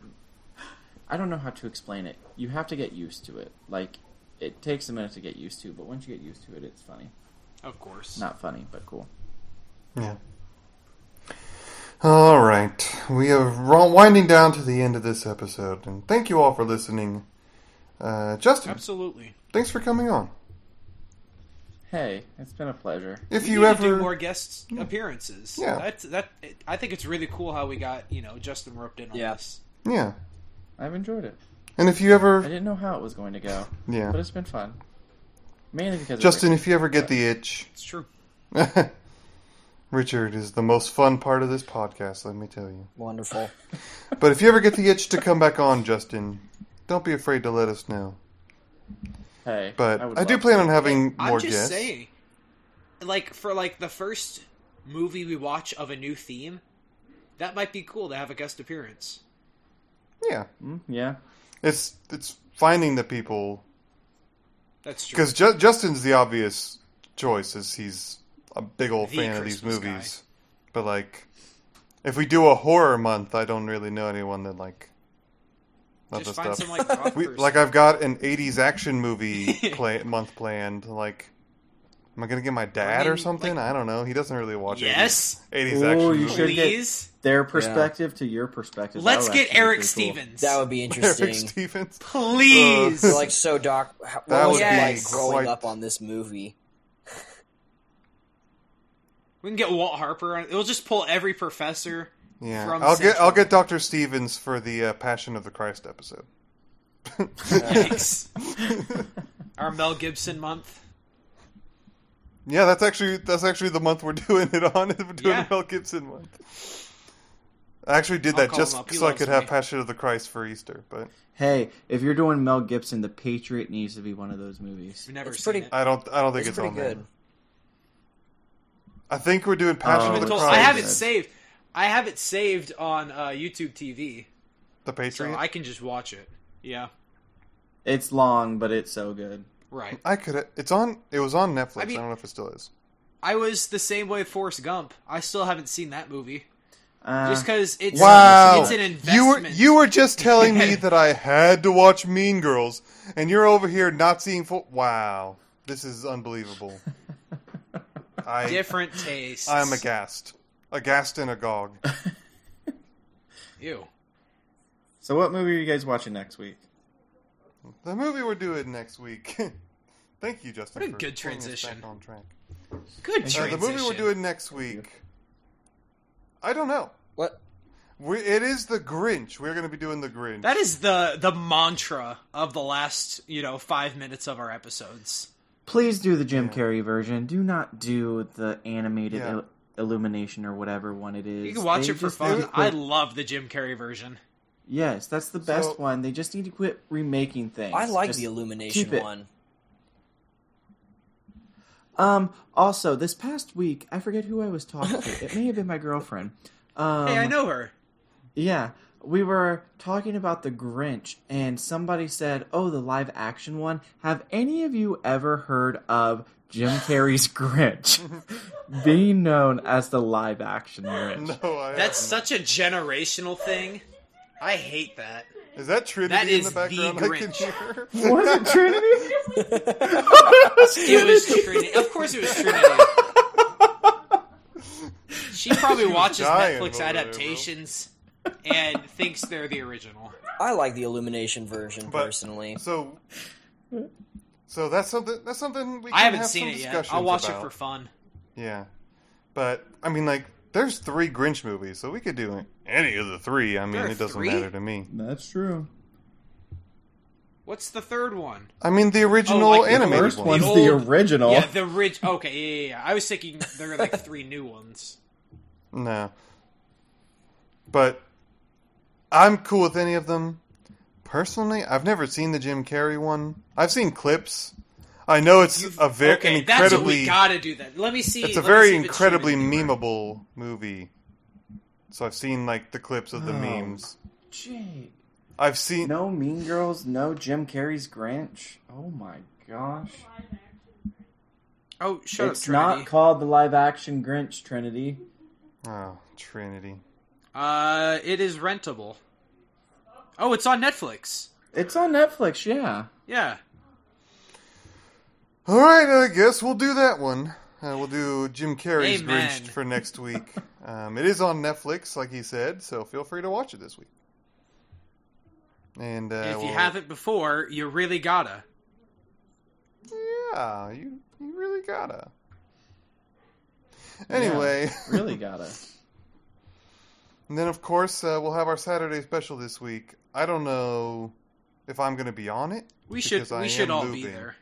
I don't know how to explain it. You have to get used to it. Like, it takes a minute to get used to, but once you get used to it, it's funny.
Of course.
Not funny, but cool.
Yeah. All right, we are ro- winding down to the end of this episode, and thank you all for listening. Uh, Justin,
Absolutely.
thanks for coming on. If
Hey, it's been a pleasure.
We
you
need
ever,
to do more guest appearances.
Yeah.
That's that I think it's really cool how we got, you know, Justin roped in on
Yeah.
this.
yeah,
I've enjoyed it.
and if you
I
ever,
didn't know how it was going to go,
yeah,
but it's been fun. Mainly because of
Justin,
Rick.
if you ever get the itch,
It's true.
Richard is the most fun part of this podcast. Let me tell you.
Wonderful.
But if you ever get the itch to come back on, Justin, don't be afraid to let us know.
Hey,
But
would
I, do
love
plan
to.
on having
I'm
more
just
guests.
saying. Like for like the first movie we watch of a new theme, that might be cool to have a guest appearance.
Yeah,
Mm, yeah,
it's it's finding the people
That's true.
because Ju- Justin's the obvious choice, as he's a big old
The
fan of these
Christmas
movies. But like, if we do a horror month, I don't really know anyone that like loves
Just
this
find
stuff.
some like rock
we,
person.
like I've got an '80s action movie play- month planned. Like, am I gonna get my dad
in,
or something? I don't know. He doesn't really watch. 80s
Yes.
80s,
Ooh,
action
you
movies.
should get-
Please.
their perspective to your perspective. that
Let's
would
get
actually be
Eric
pretty cool.
Stevens.
That would be interesting.
Eric Stevens.
Please.
Uh,
like so, Doc. How, what
That
was
would
it
be
like growing
quite-
up on this movie?
We can get Walt Harper. on We'll just pull every professor.
Yeah,
from
I'll get I'll
Central.
get Doctor Stevens for the uh, Passion of the Christ episode.
Yikes. Our Mel Gibson month.
Yeah, that's actually that's actually the month we're doing it on. We're doing
Yeah.
Mel Gibson month. I actually did
I'll
that
call
just
him up. He
so I
loves
could have
me.
Passion of the Christ for Easter, but
Hey, if you're doing Mel Gibson, The Patriot needs to be one of those movies.
We've never
It's
seen
pretty-
it.
I don't I don't think it's,
It's pretty
on there.
good.
I think we're doing Passion of
Oh,
But
the
it's
Cole,
Christ.
I have it
good.
saved. I have it saved on uh, YouTube TV,
The
so
Patriot.
I can just watch it. Yeah,
It's long, but it's so good.
right.
I could. It's on. It was on Netflix. I,
I mean-
don't know if it still is.
I was the same way with Forrest Gump. I still haven't seen that movie.
Uh,
Just because it's
Wow.
it's an
You were
investment.
you were just telling me that I had to watch Mean Girls, and you're over here not seeing full. Wow, this is unbelievable. I
different tastes.
I'm aghast, aghast and agog.
Ew.
so, what movie are you guys watching next week?
The movie we're doing next week. Thank you, Justin.
What a
for
good
pulling us
transition.
back on track. Uh,
Good
the
transition.
movie we're doing next week. I don't know.
What?
We, it is the Grinch. We're going to be doing the Grinch.
That is the the mantra of the last you know five minutes of our episodes.
Please do the Jim
Yeah.
Carrey version. Do not do the animated
Yeah.
il- illumination or whatever one it is.
You can watch
They
it for
just need
fun.
to
I
quit-
love the Jim Carrey version.
yes, that's the best
So-
one. They just need to quit remaking things.
I like
Just-
the Illumination
keep it.
one.
Um. Also, this past week, I forget who I was talking to. It may have been my girlfriend. Um,
hey, I know her.
Yeah, we were talking about the Grinch, and somebody said, "Oh, the live action one." Have any of you ever heard of Jim Carrey's Grinch being known as the live action Grinch?
no, I
That's
haven't.
such a generational thing. I hate that.
is that Trinity
that
in
is
the
the
background? I can hear.
Was it Trinity?
It was Trinity. Of course, it was Trinity. She probably watches
dying
Netflix
over there, bro.
adaptations and thinks they're the original.
I like the Illumination version
But-
personally.
So, so that's something. That's something we. Can
I haven't
have
seen
some
it yet.
discussions
I'll watch
about.
it for fun.
Yeah, but I mean, like, there's three Grinch movies, so we could do any of the three. I mean,
There are
it doesn't
three?
matter to me.
That's true.
What's the third one?
I mean, the original
Oh, like the
animated
First
one.
one's
The
the
old-
original.
Yeah, the ridge. Okay, yeah, yeah, yeah. I was thinking there are like three new ones.
No, but I'm cool with any of them. Personally, I've never seen the Jim Carrey one. I've seen clips. I know it's a very
okay, that's what
incredibly
we gotta do. That. Let me see.
it's a
let me
very
see if it's
incredibly
Trinity.
memeable movie. So I've seen like the clips of the
Oh.
memes.
Jake.
I've seen
No Mean Girls, no Jim Carrey's Grinch. Oh my gosh.
Oh, shut
it's
up, Trinity.
not called the live action Grinch Trinity.
oh Trinity.
Uh, it is rentable. Oh, it's on Netflix.
It's on Netflix, yeah.
Yeah.
All right, I guess we'll do that one. Uh, we'll do Jim Carrey's
Amen.
Grinch for next week. um, it is on Netflix, like he said, so feel free to watch it this week. And uh,
if you
we'll-
haven't before, you really gotta.
yeah, you you really gotta. Anyway,
Really gotta.
And then, of course, uh, we'll have our Saturday special this week. I don't know if I'm going to be on it.
We should.
Because I
We should
am
all be
moving.
there.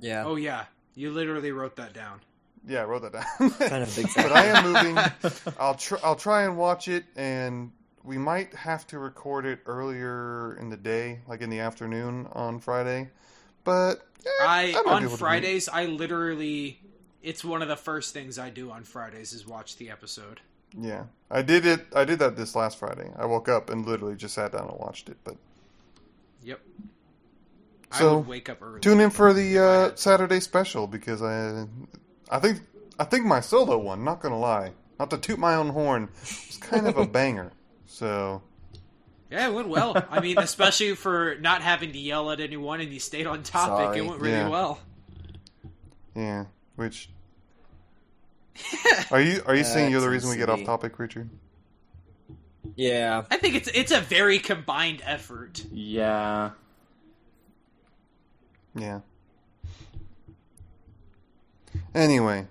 Yeah,
Oh yeah, you literally wrote that down.
Yeah, I wrote that down.
kind of a big
but
fan.
I am moving. I'll tr- I'll try and watch it, and we might have to record it earlier in the day, like in the afternoon on Friday. But eh, might
I
be
on
able to do it.
Fridays, I literally. It's one of the first things I do on Fridays is watch the episode.
Yeah, I did it. I did that this last Friday. I woke up and literally just sat down and watched it. But
Yep. I
So,
would wake up early.
tune in for the uh, Saturday special because I, I think I think my solo one. Not gonna lie, not to toot my own horn, was kind of a banger. So
Yeah, it went well. I mean, especially for not having to yell at anyone and you stayed on topic,
Sorry.
it went really
Yeah.
well.
yeah, which are you are you saying you're the reason we get off
Excellent.
topic, Richard?
yeah,
I think it's it's a very combined effort.
yeah.
Yeah. Anyway,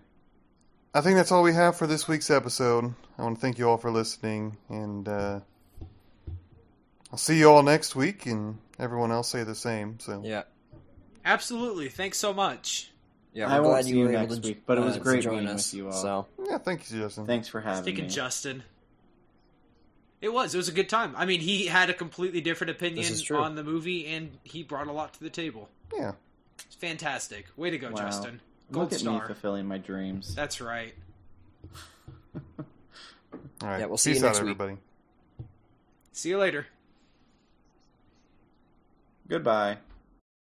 I think that's all we have for this week's episode. I want to thank you all for listening, and uh, I'll see you all next week. And everyone else say the same. So.
yeah,
Absolutely. Thanks so much.
yeah.
I
we're
won't
glad
see
you
you
were able
next
to
week, but it was
uh,
great
join
meeting
us.
with you all.
So
Yeah, thank you, Justin.
Thanks for having
Sticking
me.
Justin. It was. It was a good time. I mean, he had a completely different opinion
This is true.
on the movie, and he brought a lot to the table.
yeah.
It's fantastic. Way to go,
Wow.
Justin.
Look
Gold
at me
star.
fulfilling my dreams.
That's right.
All right.
Yeah, we'll see you
Peace
next
out,
week.
everybody.
See you later.
Goodbye.